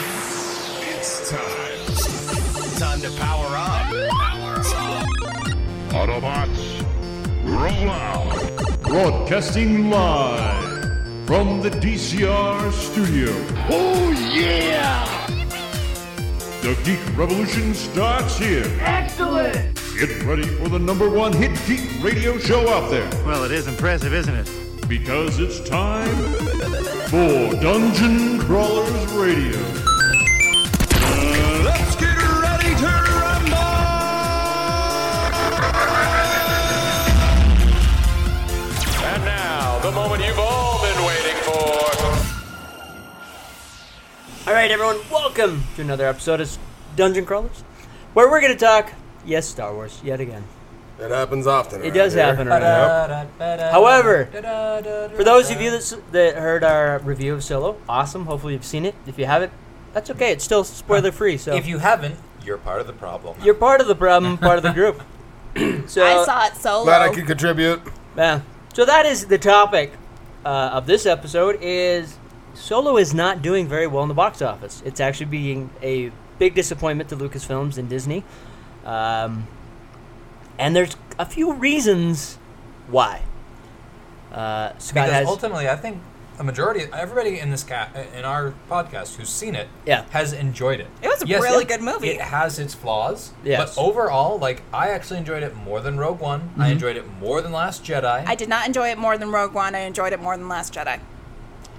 It's time. Time to power up. Power up. Autobots, roll out! Broadcasting live from the DCR studio. Oh yeah! The Geek Revolution starts here. Excellent! Get ready for the number one hit geek radio show out there Well, it is impressive, isn't it? because it's time for Dungeon Crawlers Radio. Let's get ready to rumble. And now, the moment you've all been waiting for. All right, everyone, welcome to another episode of Dungeon Crawlers, where we're going to talk, yes, Star Wars, yet again. It happens often. It does happen around here. However, for those of you that, s- that heard our review of Solo, awesome. Hopefully you've seen it. If you haven't, that's okay. It's still spoiler free, so If you haven't, you're part of the problem. you're part of the problem, part of the group. so, I saw it solo. Glad I could contribute. Yeah. So that is the topic uh, of this episode. Is Solo is not doing very well in the box office. It's actually being a big disappointment to Lucasfilms and Disney. Um, and there's a few reasons why. Uh, Scott because has ultimately, I think a majority, everybody in this cat in our podcast who's seen it, Yeah. has enjoyed it. It was a really good movie. It has its flaws, Yes. Mm-hmm. but overall, like I actually enjoyed it more than Rogue One. I enjoyed it more than Last Jedi. I did not enjoy it more than Rogue One. I enjoyed it more than Last Jedi.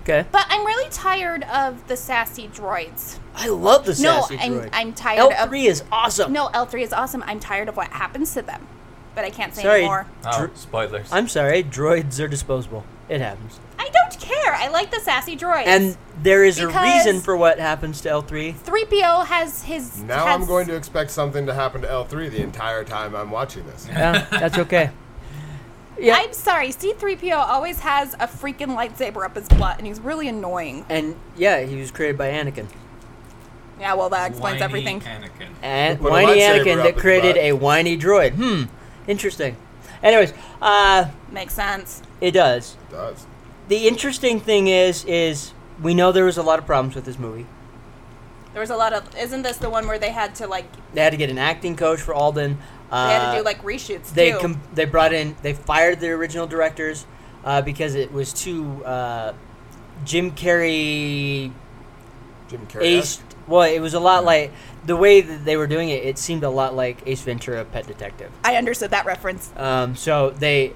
okay. But I'm really tired of the sassy droids. I love the no, sassy I'm, droid. I'm tired L of. three is awesome. No, L3 is awesome. I'm tired of what happens to them. But I can't say Sorry. anymore. oh, Dr- spoilers. I'm sorry. Droids are disposable. It happens. I don't care. I like the sassy droids. And there is a Because- reason for what happens to L three. 3PO has his. Now has- I'm going to expect something to happen to L3 the entire time I'm watching this. Yeah, that's okay. Yeah. I'm sorry. C3PO always has a freaking lightsaber up his butt, and he's really annoying. And yeah, he was created by Anakin. Yeah, well, that Whiny explains everything. Anakin. And Put a whiny lightsaber Anakin up that his created butt. a whiny droid. Hmm, interesting. Anyways, uh, Makes sense. it does. It does. The interesting thing is, is we know there was a lot of problems with this movie. There was a lot of. Isn't this the one where they had to, like, they They had to get an acting coach for Alden. Uh, had to do, like, reshoots, they too? com- they brought in they fired the original directors uh, because it was too uh, Jim Carrey Jim Carrey. Ace. Well, it was a lot like the way that they were doing it. It seemed a lot like Ace Ventura: Pet Detective. I understood that reference. Um, so they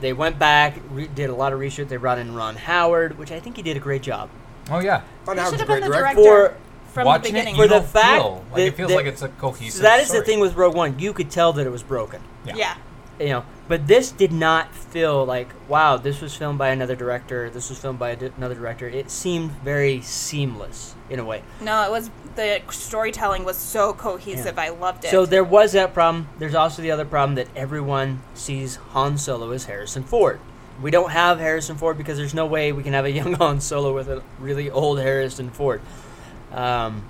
they went back, re- did a lot of research. They brought in Ron Howard, which I think he did a great job. Oh yeah. Oh, He now should it's a have been great the director. director For- from the Watching beginning. it, you For the don't fact feel, like that- it feels that- like it's a cohesive. So that is the story. thing with Rogue One. You could tell that it was broken. Yeah. yeah. You know, but this did not feel like wow. This was filmed by another director. This was filmed by a di- another director. It seemed very seamless in a way. No, it was the storytelling was so cohesive. I loved it. So there was that problem. There's also the other problem that everyone sees Han Solo as Harrison Ford. We don't have Harrison Ford because there's no way we can have a young Han Solo with a really old Harrison Ford. Um,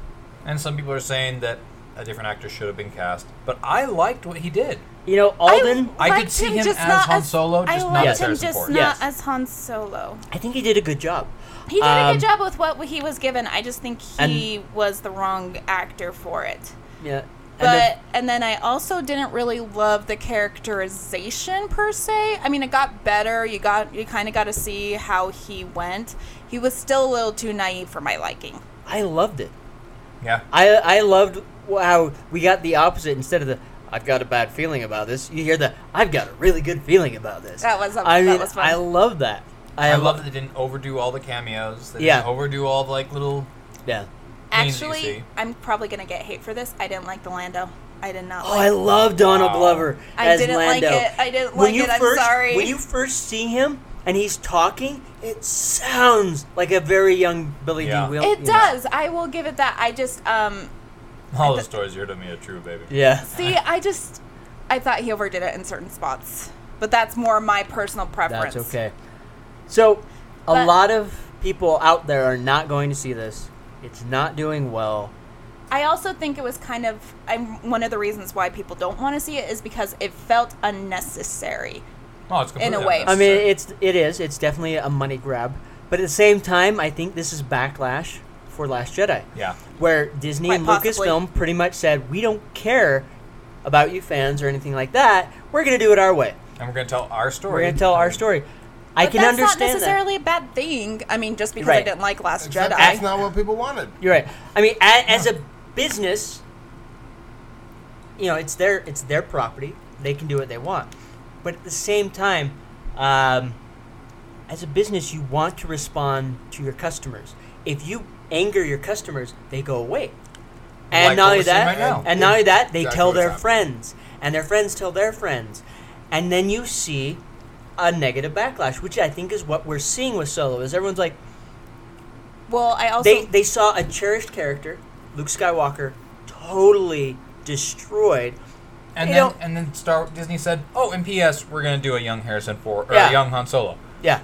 And some people are saying that a different actor should have been cast, but I liked what he did. you know, Alden. I could liked see him just as not Han Solo, I just not loved as him Harrison just Ford. not Yes. as Han Solo. I think he did a good job. He did a Um, good job with what he was given. I just think he was the wrong actor for it. Yeah. But And then- and then I also didn't really love the characterization per se. I mean, it got better. You got you kind of got to see how he went. He was still a little too naive for my liking. I loved it. Yeah. I I loved how we got the opposite instead of the I've got a bad feeling about this. You hear the I've got a really good feeling about this. That was- I that mean, was fun. I love that. I lo- love that they didn't overdo all the cameos. They Yeah. didn't overdo all the like little. Yeah. Things that you Actually, see. I'm probably gonna get hate for this. I didn't like the Lando. I did not. Oh, like I love Donald Wow. Glover I as didn't like Lando. it. I didn't like it. I'm first, sorry. When you first see him and he's talking, it sounds like a very young Billy Yeah. D. Will. It you know. does. I will give it that. I just um All the stories you heard of me are true, baby. Yeah. see, I just I thought he overdid it in certain spots. But that's more my personal preference. That's okay. So, a But- lot of people out there are not going to see this. It's not doing well. I also think it was kind of I'm one of the reasons why people don't want to see it is because it felt unnecessary. Oh, it's completely In a way. I mean, unnecessary. it's it is. It's definitely a money grab But at the same time, I think this is backlash for Last Jedi, Yeah. where Disney Quite and possibly. Lucasfilm pretty much said, "We don't care about you fans or anything like that. We're going to do it our way. And we're going to tell our story. We're going to tell our story." I But can that's understand not that. necessarily a bad thing. I mean, just because I Right. didn't like Last Except Jedi. That's not what people wanted. You're right. I mean, a, as a business, you know, it's their it's their property. They can do what they want. But at the same time, um, as a business, you want to respond to your customers. If you anger your customers, they go away. And Like what not only we're seeing that, right now. and not only that, they Exactly tell what's their happening. friends, and their friends tell their friends, and then you see a negative backlash, which I think is what we're seeing with Solo. Is everyone's like, well, I also they they saw a cherished character, Luke Skywalker, totally destroyed. And You then, know- and then Star Disney said, "Oh, and P.S. We're going to do a young Harrison Ford or Yeah. a young Han Solo." Yeah,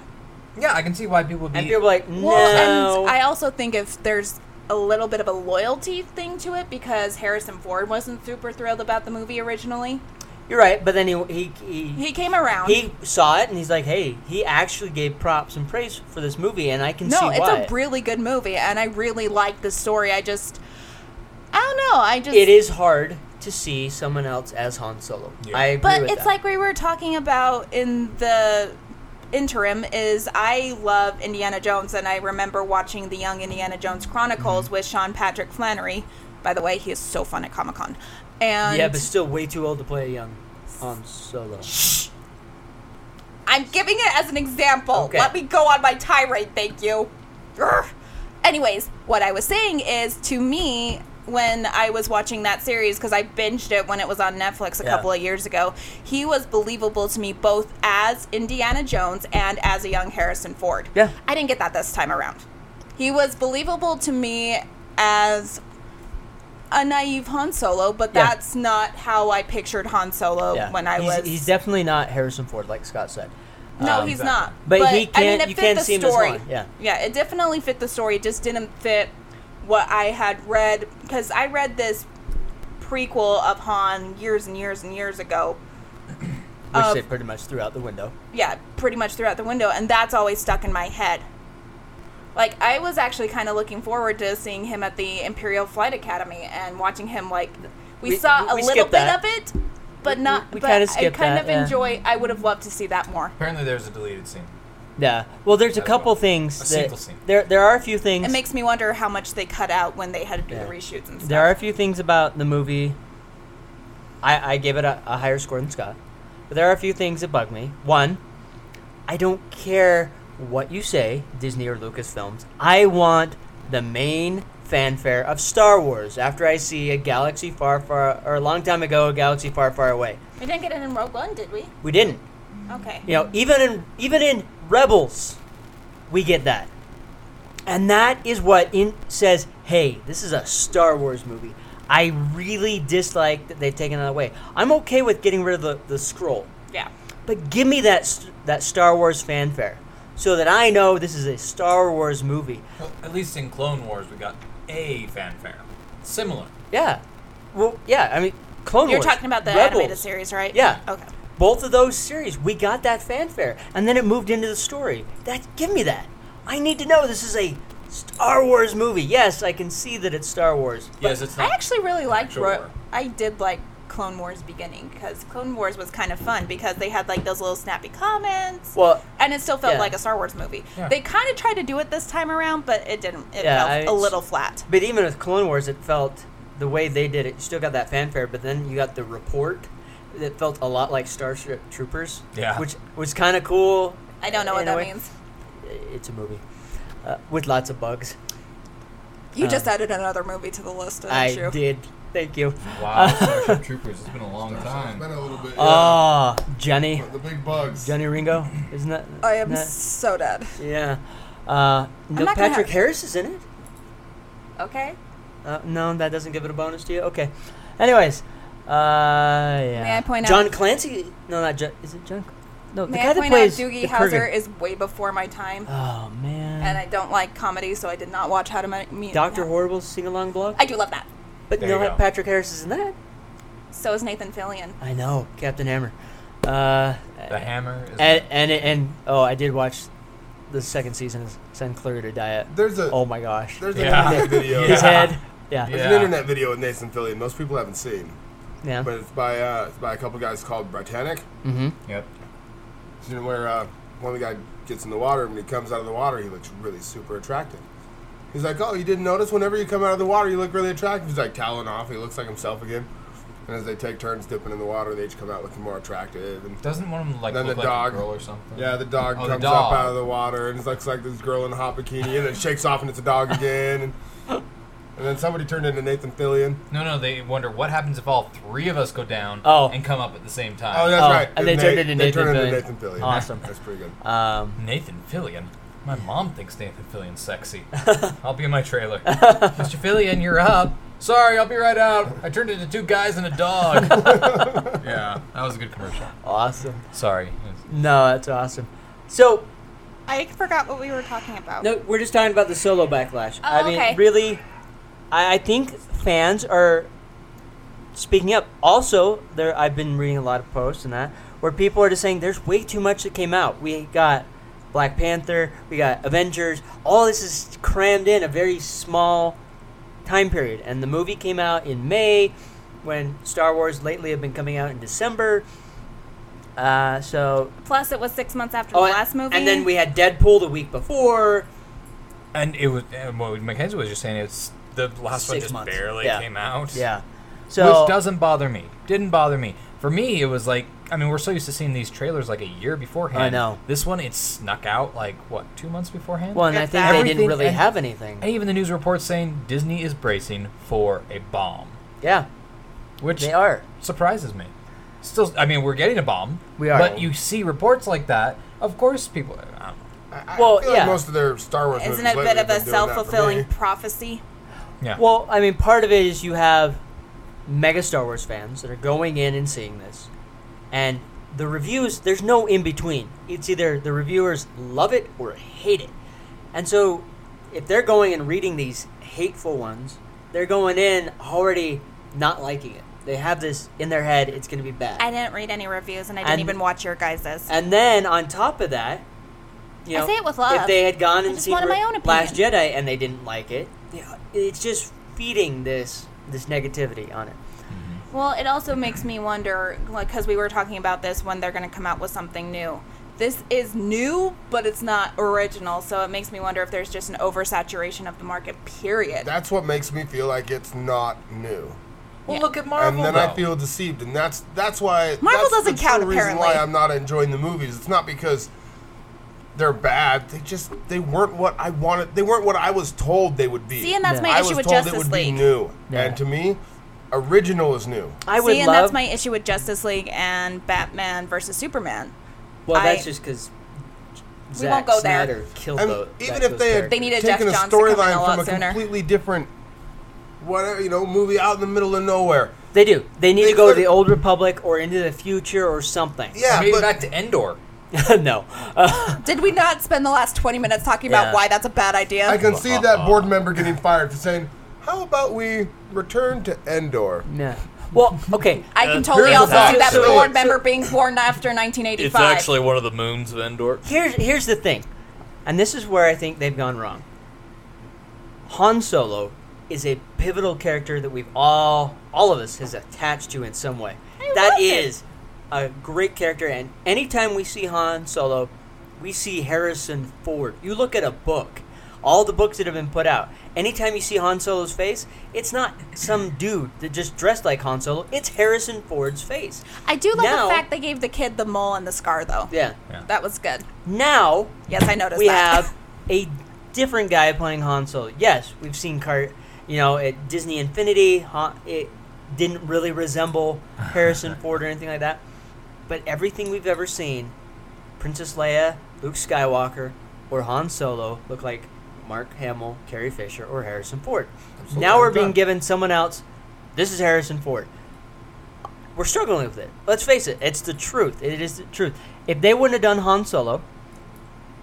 Yeah, I can see why people would be. and people were like, no. Well, and I also think if there's a little bit of a loyalty thing to it because Harrison Ford wasn't super thrilled about the movie originally. You're right, but then he he He he, came around. he saw it and he's like, hey, he actually gave props and praise for this movie, and I can see no, it's why. a really good movie, and I really like the story. I just, I don't know. I just it is hard to see someone else as Han Solo. Yeah. I agree But with it's that. like we were talking about in the interim is I love Indiana Jones and I remember watching the Young Indiana Jones Chronicles Mm-hmm. with Sean Patrick Flannery. By the way, he is so fun at Comic Con. And yeah, but still way too old to play a young Han Solo. I'm giving it as an example. Okay. Let me go on my tirade, thank you. Grr. Anyways, what I was saying is to me, when I was watching that series, because I binged it when it was on Netflix a Yeah. couple of years ago, he was believable to me both as Indiana Jones and as a young Harrison Ford. Yeah. I didn't get that this time around. He was believable to me as a naive Han Solo, but Yeah. that's not how I pictured Han Solo Yeah. when I he's, was. he's definitely not Harrison Ford, like Scott said. No, Um, he's not. But he can't- it you fit can't the see him as story. Han, yeah. yeah, it definitely fit the story. It just didn't fit what I had read because I read this prequel of Han years and years and years ago. which of- they pretty much threw out the window. yeah, pretty much throughout the window, and that's always stuck in my head. Like I was actually kind of looking forward to seeing him at the Imperial Flight Academy and watching him. Like we, We- saw we- we a little skipped bit that. of it, but not. we- we but kinda I skipped kind that, of yeah. enjoy. I would have loved to see that more. apparently, there's a deleted scene. Yeah. Well, there's a As couple well. things. A that- sequel scene. There, there are a few things. It makes me wonder how much they cut out when they had to do the reshoots and stuff. there are a few things about the movie. I, I gave it a, a higher score than Scott, but there are a few things that bug me. One, I don't care what you say, Disney or Lucasfilms. I want the main fanfare of Star Wars. After I see a galaxy far, far, or a long time ago, a galaxy far, far away. we didn't get it in Rogue One, did we? We didn't. Okay. You know, even in even in Rebels, we get that, and that is what in says. Hey, this is a Star Wars movie. I really dislike that they've taken that away. I'm okay with getting rid of the, the scroll, Yeah. but give me that s- that Star Wars fanfare, so that I know this is a Star Wars movie. Well, at least in Clone Wars, we got a fanfare, similar. Yeah, well, yeah. I mean, Clone You're Wars, talking about the Rebels. animated series, right? Yeah. Okay. both of those series we got that fanfare and then it moved into the story that give me that i need to know this is a star wars movie yes i can see that it's star wars yes, it's. I not- actually really liked. actual Ro- war. I did like Clone Wars beginning because Clone Wars was kind of fun because they had like those little snappy comments. well and it still felt yeah. like a Star Wars movie. Yeah. They kind of tried to do it this time around, but it didn't. It Yeah, felt I- a little flat. but even with clone wars it felt the way they did it you still got that fanfare but then you got the report that felt a lot like starship troopers Yeah. which was kind of cool I don't know what in a that way. means. it's a movie uh, with lots of bugs You just added another movie to the list. didn't Uh. i you? did thank you Wow, Starship Troopers. It's been a long It's been time. a little bit. yeah. Ah, johnny the big bugs. johnny ringo isn't that I am that- so dead. Yeah. Uh, no, not gonna Patrick have- Harris is in it. Okay. Uh, no, that doesn't give it a bonus to you. Okay. Anyways, uh, yeah. May I point out- John Clancy? No, not John. Is it John? No, the May guy I that point out plays Doogie the Howser Kurgan. is way before my time, Oh man. and I don't like comedy, so I did not watch How to Make Me. Doctor Horrible's sing along blog. I do love that. but There no, you go. Patrick Harris is in that. So is Nathan Fillion. I know, Captain Hammer. Uh, the hammer. Is and and and oh, I did watch the second season is send Cleary to diet. There's a Oh my gosh. there's an Yeah. internet video. His head. Yeah. There's an internet video with Nathan Fillion. Most people haven't seen, Yeah. but it's by uh, it's by a couple guys called Britannic. Yep. You know where uh, one of the guy gets in the water and when he comes out of the water, he looks really super attractive. He's like, "Oh, you didn't notice? Whenever you come out of the water, you look really attractive." He's like toweling off. He looks like himself again. And as they take turns dipping in the water, they each come out looking more attractive. And Doesn't one of them like Then look the like dog. a girl or something? yeah, the dog Oh, the comes dog. up out of the water and it looks like this girl in a hot bikini, and it shakes off and it's a dog again. And, and then somebody turned into Nathan Fillion. No, no. They wonder what happens if all three of us go down Oh. and come up at the same time. Oh, that's Oh, right. and they Na- turned into they Nathan turned Fillion. Nathan Fillion. Awesome. That's pretty good. Um, Nathan Fillion. My mom thinks Nathan Fillion's sexy. I'll be in my trailer. Mr. Fillion, you're up. Sorry, I'll be right out. I turned into two guys and a dog. yeah, that was a good commercial. awesome. Sorry. No, that's awesome. So I forgot what we were talking about. no, we're just talking about the solo backlash. Oh, I mean, okay. really, I, I think fans are speaking up. Also, there I've been reading a lot of posts and that where people are just saying there's way too much that came out. We got Black Panther, we got Avengers. All this is crammed in a very small time period. And the movie came out in May, when Star Wars lately have been coming out in December. Uh, so Plus, it was six months after Oh, the and- last movie. And then we had Deadpool the week before. And it was and what Mackenzie was just saying. It's the last one Six just months. barely Yeah. came out. Yeah. So Which doesn't bother me. Didn't bother me. For me, it was like I mean, we're so used to seeing these trailers like a year beforehand. I know. This one, it snuck out like what two months beforehand. Well, and I If think that- they didn't Everything really and- have anything. And even the news reports saying Disney is bracing for a bomb, Yeah, which they are. surprises me. Still, I mean, we're getting a bomb. We are. But you see reports like that, of course, people. I don't know. I, I Well, feel like yeah. most of their Star Wars Isn't movies it a lately bit of have a been doing that for self fulfilling me. prophecy? Yeah. Well, I mean, part of it is you have mega Star Wars fans that are going in and seeing this, and the reviews. There's no in between. It's either the reviewers love it or hate it, and so if they're going and reading these hateful ones, they're going in already not liking it. They have this in their head. It's going to be bad. I didn't read any reviews, and I didn't And- even watch your guys's. And then on top of that, you I know, say it with love. if they had gone I and just seen wanted my own Last Jedi and they didn't like it, yeah, it's just feeding this this negativity on it. Well, it also makes me wonder, like, because we were talking about this when they're going to come out with something new. This is new, but it's not original, so it makes me wonder if there's just an oversaturation of the market. Period. That's what makes me feel like it's not new. Well, Yeah. look at Marvel. and then though. I feel deceived, and that's that's why Marvel that's doesn't the count, True reason why apparently. I'm not enjoying the movies. It's not because they're bad. They just they weren't what I wanted. They weren't what I was told they would be. See, and that's Yeah. my I issue was with told Justice it would League. be new, Yeah. and to me, original is new. I would See, and love. that's my issue with Justice League and Batman versus Superman. well, that's I- just because We won't go there. Snyder killed I mean, tho- that- even if those they had characters. They need a taken Jeff a Johns to come in a storyline lot from a sooner. completely different, whatever you know, movie out in the middle of nowhere. they do. They need They to go to the could've- old Republic or into the future or something. Yeah, Maybe but back to Endor. no. Did we not spend the last 20 minutes talking Yeah. about why that's a bad idea? I can see that board member getting fired for saying, "How about we return to Endor?" No. Well, okay. I can totally here's also the see that fact. So- board member being born after 1985. one of the moons of Endor. here's here's the thing, and this is where I think they've gone wrong. Han Solo is a pivotal character that we've all all of us has attached to in some way. that love it. is a great character, and anytime we see Han Solo, we see Harrison Ford. You look at a book, all the books that have been put out. Anytime you see Han Solo's face, it's not some dude that just dressed like Han Solo. It's Harrison Ford's face. I do love Now- the fact they gave the kid the mole and the scar, though. Yeah. That was good. Now Yes, I noticed we that. have a different guy playing Han Solo. Yes, we've seen Cart, you know, at Disney Infinity, Han, it didn't really resemble Harrison Ford or anything like that. But everything we've ever seen, Princess Leia, Luke Skywalker, or Han Solo look like Mark Hamill, Carrie Fisher, or Harrison Ford. now we're being given someone else. This is Harrison Ford. We're struggling with it. Let's face it; it's the truth. It is the truth. If they wouldn't have done Han Solo,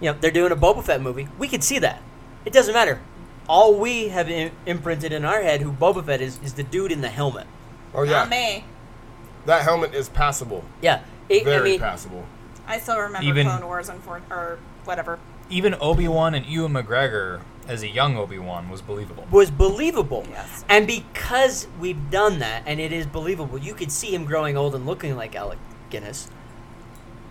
you know, they're doing a Boba Fett movie. We could see that. It doesn't matter. All we have Im- imprinted in our head who Boba Fett is is the dude in the helmet. Oh yeah, Not me. that helmet is passable. Yeah, it, I Very mean, passable. I still remember Even- Clone Wars and for, or whatever. even Obi Wan and Ewan McGregor as a young Obi Wan was believable. was believable. Yes. And because we've done that and it is believable, you could see him growing old and looking like Alec Guinness.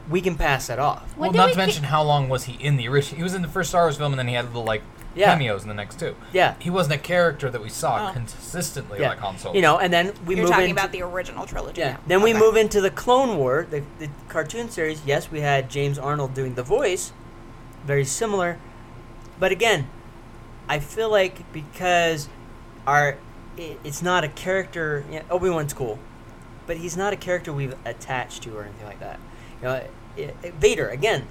We can pass that off. well, did not we to mention how long was he in the original? He was in the first Star Wars film, and then he had little like Yeah. cameos in the next two. Yeah. he wasn't a character that we saw Oh. consistently Yeah. like Han Solo. You know, and then we You're move talking into about the original trilogy. Yeah. now. Then we Okay. move into the Clone War, the, the cartoon series. Yes, we had James Arnold doing the voice, very similar. But again, I feel like because our i it's not a character. You know, Obi Wan's cool, but he's not a character we've attached to or anything like that. You know, i i Vader again,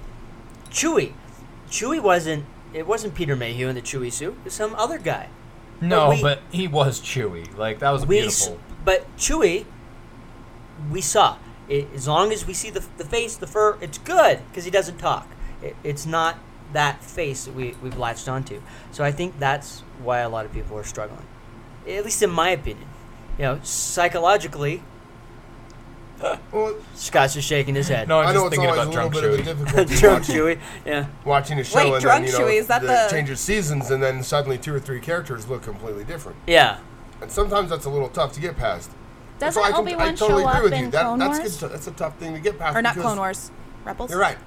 Chewie. Chewie wasn't. It wasn't Peter Mayhew in the Chewie suit. It was some other guy. no, but we- but he was Chewy. Like that was a We, beautiful. s- but Chewie, we saw. I as long as we see the, the face, the fur, it's good because he doesn't talk. It, it's not that face that we, we've latched onto. So I think that's why a lot of people are struggling. At least in my opinion. You know, psychologically, Well, Scott's just shaking his head. No, I'm I know it's just thinking always a about little drunk bit Chewy. of a Drunk difficulty watching, Chewie. Yeah. watching a show Wait, and drunk then, you know, Chewie, is that the, the- changes seasons and then suddenly two or three characters look completely different. Yeah. And sometimes that's a little tough to get past. And Doesn't I can- Obi I Wan totally show agree up with you. in That- Clone that's Wars? Good, that's a tough thing to get past. Or not because- Clone Wars, Rebels. You're right.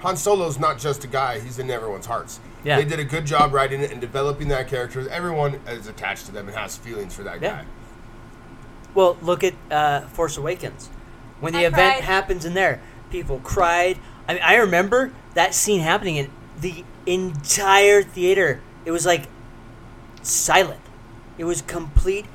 Han Solo's not just a guy; he's in everyone's hearts. Yeah. They did a good job writing it and developing that character. Everyone is attached to them and has feelings for that Yeah. guy. Well, look at uh, Force Awakens. When the I event cried. happens in there, people cried. I mean, I remember that scene happening, and the entire theater it was like silent. It was complete,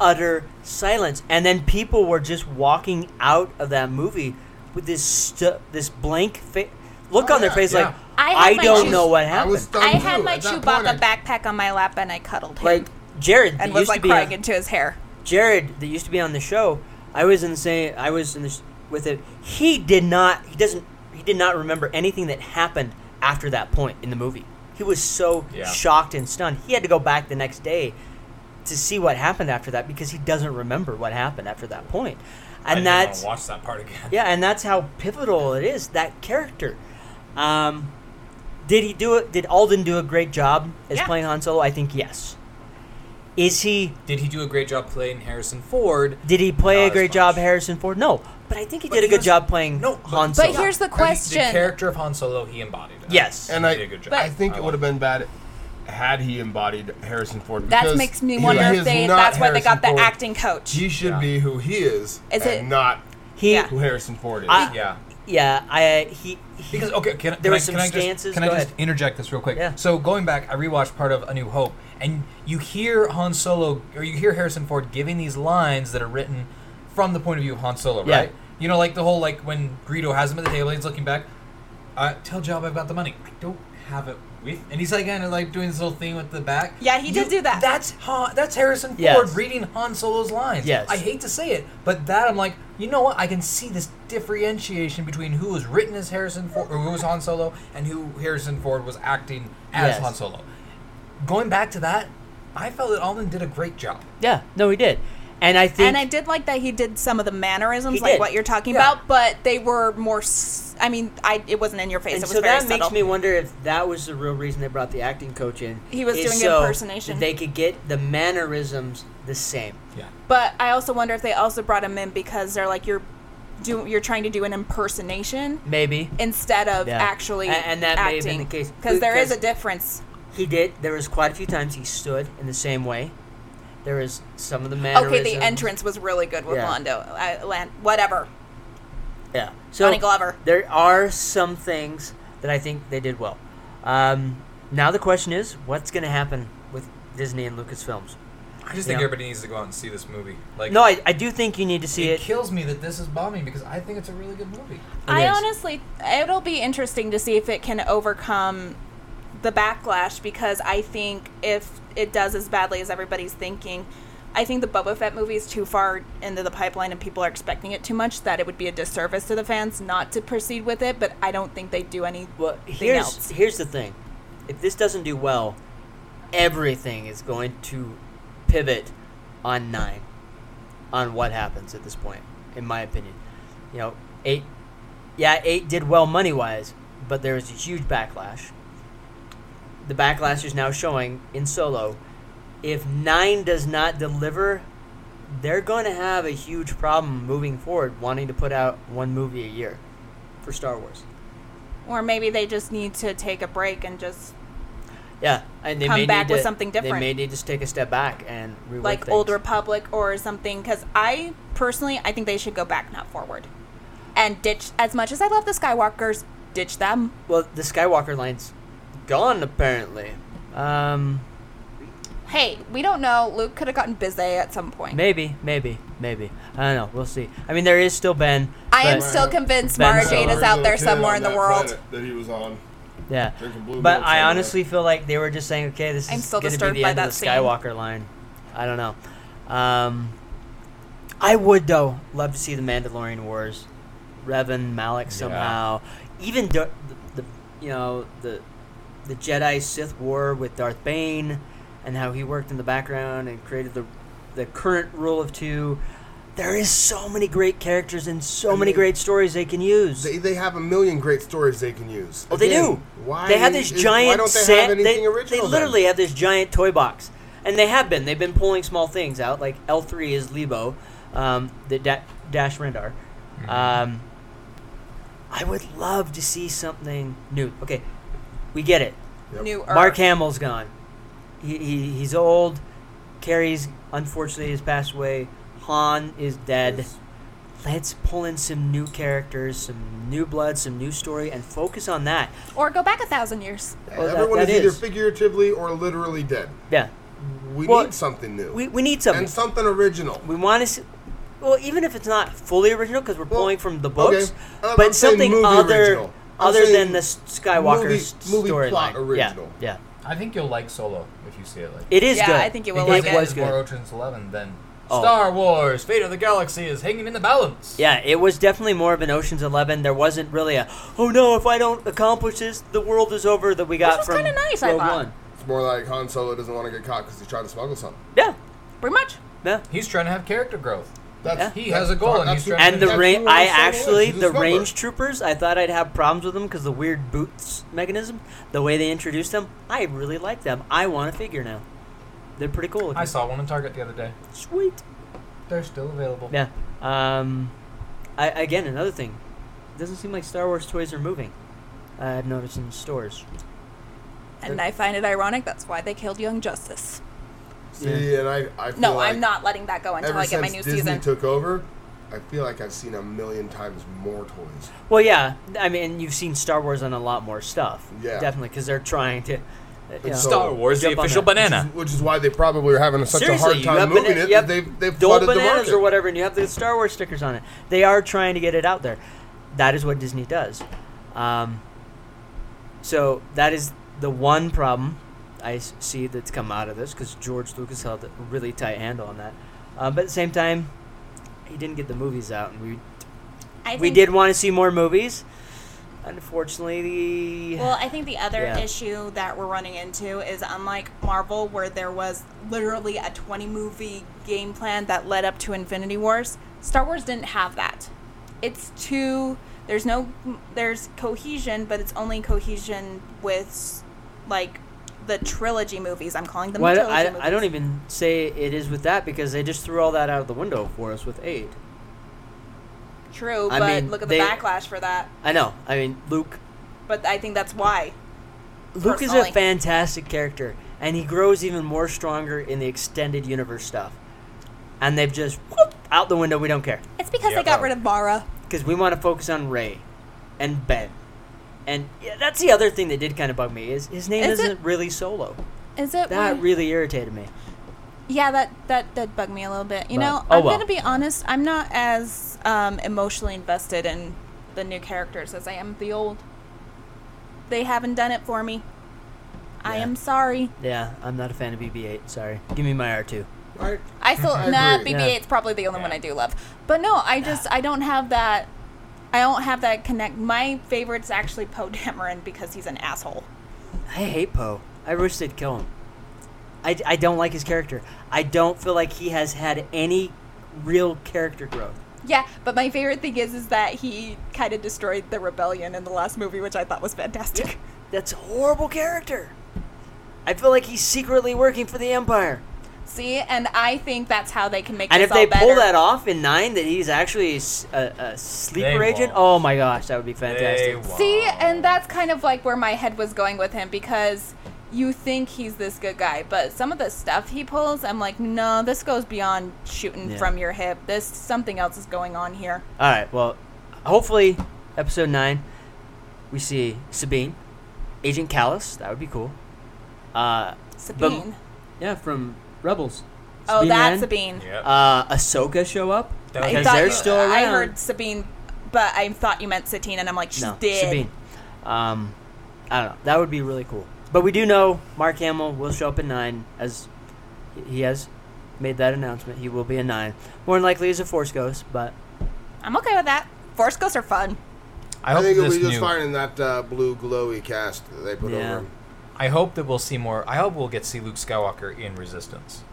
utter silence, and then people were just walking out of that movie with this stu- this blank fa- look Oh, on their yeah, face, yeah. like I I, had my don't shoes- know what I happened. was stunned I had too. my At that point, I- Chewbacca backpack on my lap and I cuddled him like Jared and that was used to like be crying a- into his hair. Jared that used to be on the show, I was in the same. I was in the sh- with it. He did not. He doesn't. He did not remember anything that happened after that point in the movie. He was so Yeah. shocked and stunned. He had to go back the next day to see what happened after that because he doesn't remember what happened after that point. I And didn't wanna that's watch that part again. yeah, and that's how pivotal it is that character. Um, did he do it? Did Alden do a great job as Yeah. playing Han Solo? I think yes. Is he Did he do a great job playing Harrison Ford? Did he play Not a as great much. job, Harrison Ford? No, but I think he But did a he good was- job playing No, but- Han But Solo. here's the I mean, The question. character of Han Solo, he embodied it. yes, And I, did a good job. I think I it like would have it. been bad had he embodied Harrison Ford. That because makes me he wonder is if they. not That's why they got the Harrison Ford. acting coach. He should Yeah. be who he is, Is and it- not he yeah. who Harrison Ford is. I- Yeah. yeah I uh, he, he Because okay, can, can There I, were some can I stances- just can I go just ahead. interject this real quick? Yeah. So going back, I rewatched part of A New Hope, and you hear Han Solo or you hear Harrison Ford giving these lines that are written from the point of view of Han Solo, Yeah. right? You know, like the whole like when Greedo has him at the table, he's looking back. Uh, tell Job I've got the money. I don't have it with, and he's like kind of like doing this little thing with the back. Yeah, he did You- do that. That's Han. That's Harrison Ford Yes. reading Han Solo's lines. Yes. I hate to say it, but that I'm like, you know what? I can see this differentiation between who was written as Harrison Ford, or who was Han Solo, and who Harrison Ford was acting as Yes. Han Solo. Going back to that, I felt that Alden did a great job. yeah no he did, and I think and I did like that he did some of the mannerisms, He like did. what you're talking Yeah. about, but they were more. S- I mean, I it wasn't in your face. and it was so very that subtle. makes me wonder if that was the real reason they brought the acting coach in. He was is doing so impersonation. that They could get the mannerisms the same. Yeah. but I also wonder if they also brought him in because they're like you're, do you're trying to do an impersonation Maybe instead of Yeah. actually A- and that may have been acting the case. because there is a Because- difference. he did. There was quite a few times he stood in the same way. There is some of the mannerisms. Okay, the entrance was really good with Yeah. Lando. I, Lan- whatever. Yeah. So Donnie Glover. There are some things that I think they did well. Um, now the question is, what's going to happen with Disney and Lucasfilms? I just think Yeah. everybody needs to go out and see this movie. Like, No, I, I do think you need to see it it. kills me that this is bombing because I think it's a really good movie. I It is. honestly, it'll be interesting to see if it can overcome the backlash because I think if it does as badly as everybody's thinking, I think the Boba Fett movie is too far into the pipeline and people are expecting it too much that it would be a disservice to the fans not to proceed with it. But I don't think they do anything Well, here's else. here's the thing: if this doesn't do well, everything is going to pivot on nine, on what happens at this point, in my opinion. You know, eight, yeah, eight did well money wise, but there was a huge backlash. the backlash is now showing in Solo, if nine does not deliver, they're going to have a huge problem moving forward, wanting to put out one movie a year for Star Wars. Or maybe they just need to take a break and just Yeah, and they Come may back need to, with something different. They may need to take a step back and rework like things. Old Republic or something. Because I personally, I think they should go back, not forward, and ditch. As much as I love the Skywalkers, ditch them. Well, the Skywalker line's gone apparently. Um, Hey, we don't know. Luke could have gotten busy at some point. maybe, maybe, maybe. I don't know. We'll see. I mean, there is still Ben. I am but- still convinced Ben Mara Solo. Jade is out there Kid somewhere on in the that world. planet That he was on. Yeah, Drinking Blue but Milk I Sunday. honestly feel like they were just saying, okay, this I'm is still going to disturbed be the by end that of the scene. Skywalker line. I don't know. Um, I would though love to see the Mandalorian Wars, Revan Malik somehow, even Dar- the, the you know the the Jedi Sith War with Darth Bane, and how he worked in the background and created the the current Rule of Two. There is so many great characters and so many mean, great stories they can use. They, they have a million great stories they can use. Oh, they Again, do. Why? They have this is- giant Why don't they set. have anything they, original? they then? literally have this giant toy box, and they have been. They've been pulling small things out. Like L three is Lebo, um, the da- Dash Rendar. Mm-hmm. Um, I would love to see something new. Okay, we get it. Yep. New Earth. Mark Hamill's gone. He, he he's old. Carrie's unfortunately has passed away. Han is dead. Yes. Let's pull in some new characters, some new blood, some new story, and focus on that. or go back a thousand years. Oh, that- Everyone that is either is. figuratively or literally dead. Yeah, We Well, need something new we, we need something. and something original. we want to see. Well, even if it's not fully original, because we're Well, pulling from the okay. books, I'm- but I'm saying something movie other original. I'm other saying than the S- Skywalker movie- s- movie plot storyline. original. Yeah, yeah, I think you'll like Solo if you see it. Like, it is Yeah, good. I think you will it like it. was is good. more Ocean's Eleven than Oh. Star Wars: Fate of the Galaxy is hanging in the balance. Yeah, it was definitely more of an Ocean's Eleven. There wasn't really a oh no, if I don't accomplish this, the world is over. That we got was from kinda nice, I Rogue thought. One. It's more like Han Solo doesn't want to get caught because he tried to smuggle something. Yeah, Pretty much. yeah. He's trying to have character growth. That's, He has a goal and he's That's- trying And the that's range, who I Han Solo is. actually He's a the smuggler. range troopers. I thought I'd have problems with them because the weird boots mechanism, the way they introduced them. I really like them. I want a figure now. They're pretty cool. looking. I saw one in Target the other day. Sweet. They're still available. Yeah. Um, I again another thing. doesn't seem like Star Wars toys are moving. I've noticed in stores. And I find it ironic. That's why they killed Young Justice. See, and I, I feel No, like I'm not letting that go until Ever I get my since new Disney season. took over, I feel like I've seen a million times more toys. Well, yeah. I mean, you've seen Star Wars on a lot more stuff. Yeah. Definitely, because they're trying to. uh, you know, Star Wars: The Jump on Official that. Banana. Which is why they probably are having such Seriously, a hard you have time moving bana- it. that you have They've they've Dole flooded the bananas market. or whatever, and you have the Star Wars stickers on it. They are trying to get it out there. That is what Disney does. Um, so that is the one problem I s- see that's come out of this because George Lucas held a really tight handle on that. Uh, but at the same time, he didn't get the movies out, and we I we think- did want to see more movies. Unfortunately, Well, I think the other Yeah. issue that we're running into is unlike Marvel, where there was literally a 20 movie game plan that led up to Infinity Wars, Star Wars didn't have that. It's too. There's no. There's cohesion, but it's only cohesion with, s- like, the trilogy movies. I'm calling them Well, I, trilogy don't- movies. I, I don't even say it is with that because they just threw all that out of the window for us with eight. True, I but mean, look at they- the backlash for that. I know. I mean, Luke. But I think that's why. Luke is a Personally. fantastic character, and he grows even more stronger in the extended universe stuff. And they've just whoop, out the window. We don't care It's because they got rid of Mara. because we want to focus on Ray and Ben. And yeah, that's the other thing that did kind of bug me is his name Is is it- not really Solo. Is it That why- really irritated me. Yeah, that that did bug me a little bit. You But- know, oh I'm well. gonna be honest. I'm not as um, emotionally invested in the new characters as I am the old. They haven't done it for me. I Yeah. am sorry. Yeah, I'm not a fan of BB-8. Sorry, give me my R2. Right? I still I nah. agree. Yeah. BB-8's probably the only one I do love. But no, I just I don't have that. I don't have that connect. My favorite's actually Poe Dameron because he's an asshole. I hate Poe. I wish they'd kill him. I, I don't like his character. I don't feel like he has had any real character growth. Yeah, but my favorite thing is is that he kind of destroyed the rebellion in the last movie, which I thought was fantastic. That's a horrible character. I feel like he's secretly working for the Empire. See, and I think that's how they can make. And this if they all better. pull that off in nine, that he's actually a, s- a- a sleeper They agent. won't. Oh my gosh, that would be They fantastic. won't. See, and that's kind of like where my head was going with him because you think he's this good guy, but some of the stuff he pulls, I'm like, no, this goes beyond shooting Yeah. from your hip. This something else is going on here. All right. Well, hopefully, episode nine, we see Sabine, Agent Callus. That would be cool. Uh, Sabine. yeah, from Rebels. oh, that's Sabine. Sabine. Yep. Uh, Ahsoka show up That was because thought they're you, still around. I heard Sabine, but I thought you meant Satine, and I'm like, she's no, dead. Sabine. Um, I don't know. That would be really cool. But we do know Mark Hamill will show up in nine, as he has made that announcement. He will be in nine. More than likely as a Force Ghost, but I'm okay with that. Force ghosts are fun. I I, hope think it'll this be new. just fine in that uh, blue glowy cast that they put Yeah. over him. I hope that we'll see more. I hope we'll get to see Luke Skywalker in Resistance.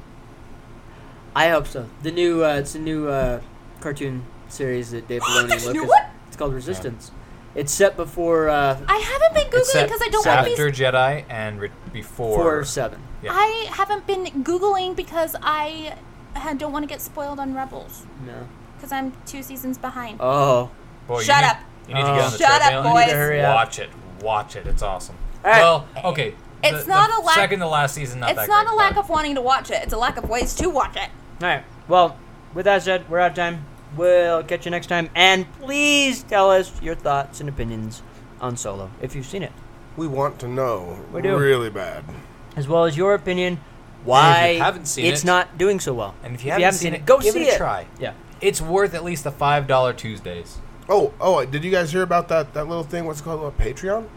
I hope so. The new uh, it's a new uh, cartoon series that Dave Filoni and There's a new Lucas. one? It's called Resistance. It's set before uh, I haven't been It's googling set because I don't want these after Jedi and re- before. four seven. Yeah. I haven't been googling because I had- don't want to get spoiled on Rebels No. because I'm two seasons behind. Oh. Boy, you Shut need- up. You need to get on the Shut up, treadmill. boys. You need to Hurry up. Watch it. Watch it. It's awesome. right. Well, okay. It's the- not the a lack- Second to last season. Not it's that not great, a lack but- of wanting to watch it; it's a lack of ways to watch it. All right. Well, with that said, we're out of time. We'll catch you next time, and please tell us your thoughts and opinions on Solo if you've seen it, We want to know We do. really bad. as well as your opinion why haven't seen it's it- not doing so well. And if you haven't seen it, go give see it a try. Yeah. It's worth at least the five dollar Tuesdays. Oh, oh! Did you guys hear about that that little thing? What's it called? What, Patreon?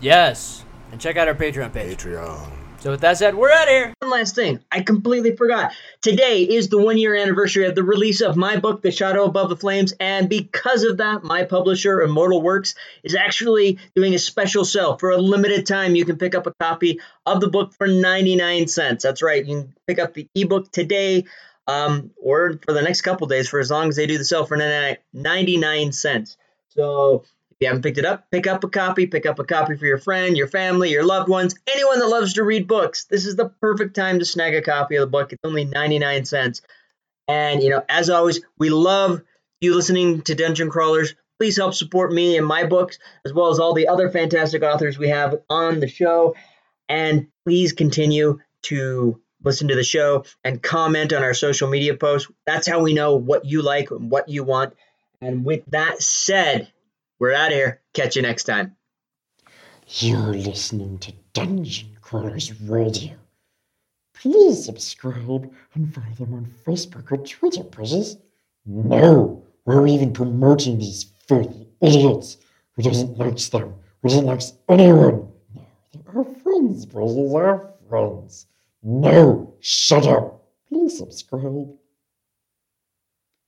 Yes. And check out our Patreon page. Patreon. So with that said, we're out of here. One last thing, I completely forgot. Today is the one year anniversary of the release of my book, The Shadow Above the Flames, and because of that, my publisher, Immortal Works, is actually doing a special sale. For a limited time, you can pick up a copy of the book for 99 cents. That's right, you can pick up the ebook today um, or for the next couple days for as long as they do the sale for 99 cents. So if you haven't picked it up, pick up a copy. Pick up a copy for your friend, your family, your loved ones, anyone that loves to read books. This is the perfect time to snag a copy of the book. It's only 99 cents. And, you know, as always, we love you listening to Dungeon Crawlers. Please help support me and my books, as well as all the other fantastic authors we have on the show. And please continue to listen to the show and comment on our social media posts. That's how we know what you like and what you want. And with that said, we're out of here. Catch you next time. You're listening to Dungeon Crawlers Radio. Please subscribe and follow them on Facebook or Twitter, precious. No, we're even promoting these filthy idiots who doesn't likes them, who doesn't likes anyone. No, they're our friends, precious, our friends. No, shut up. Please subscribe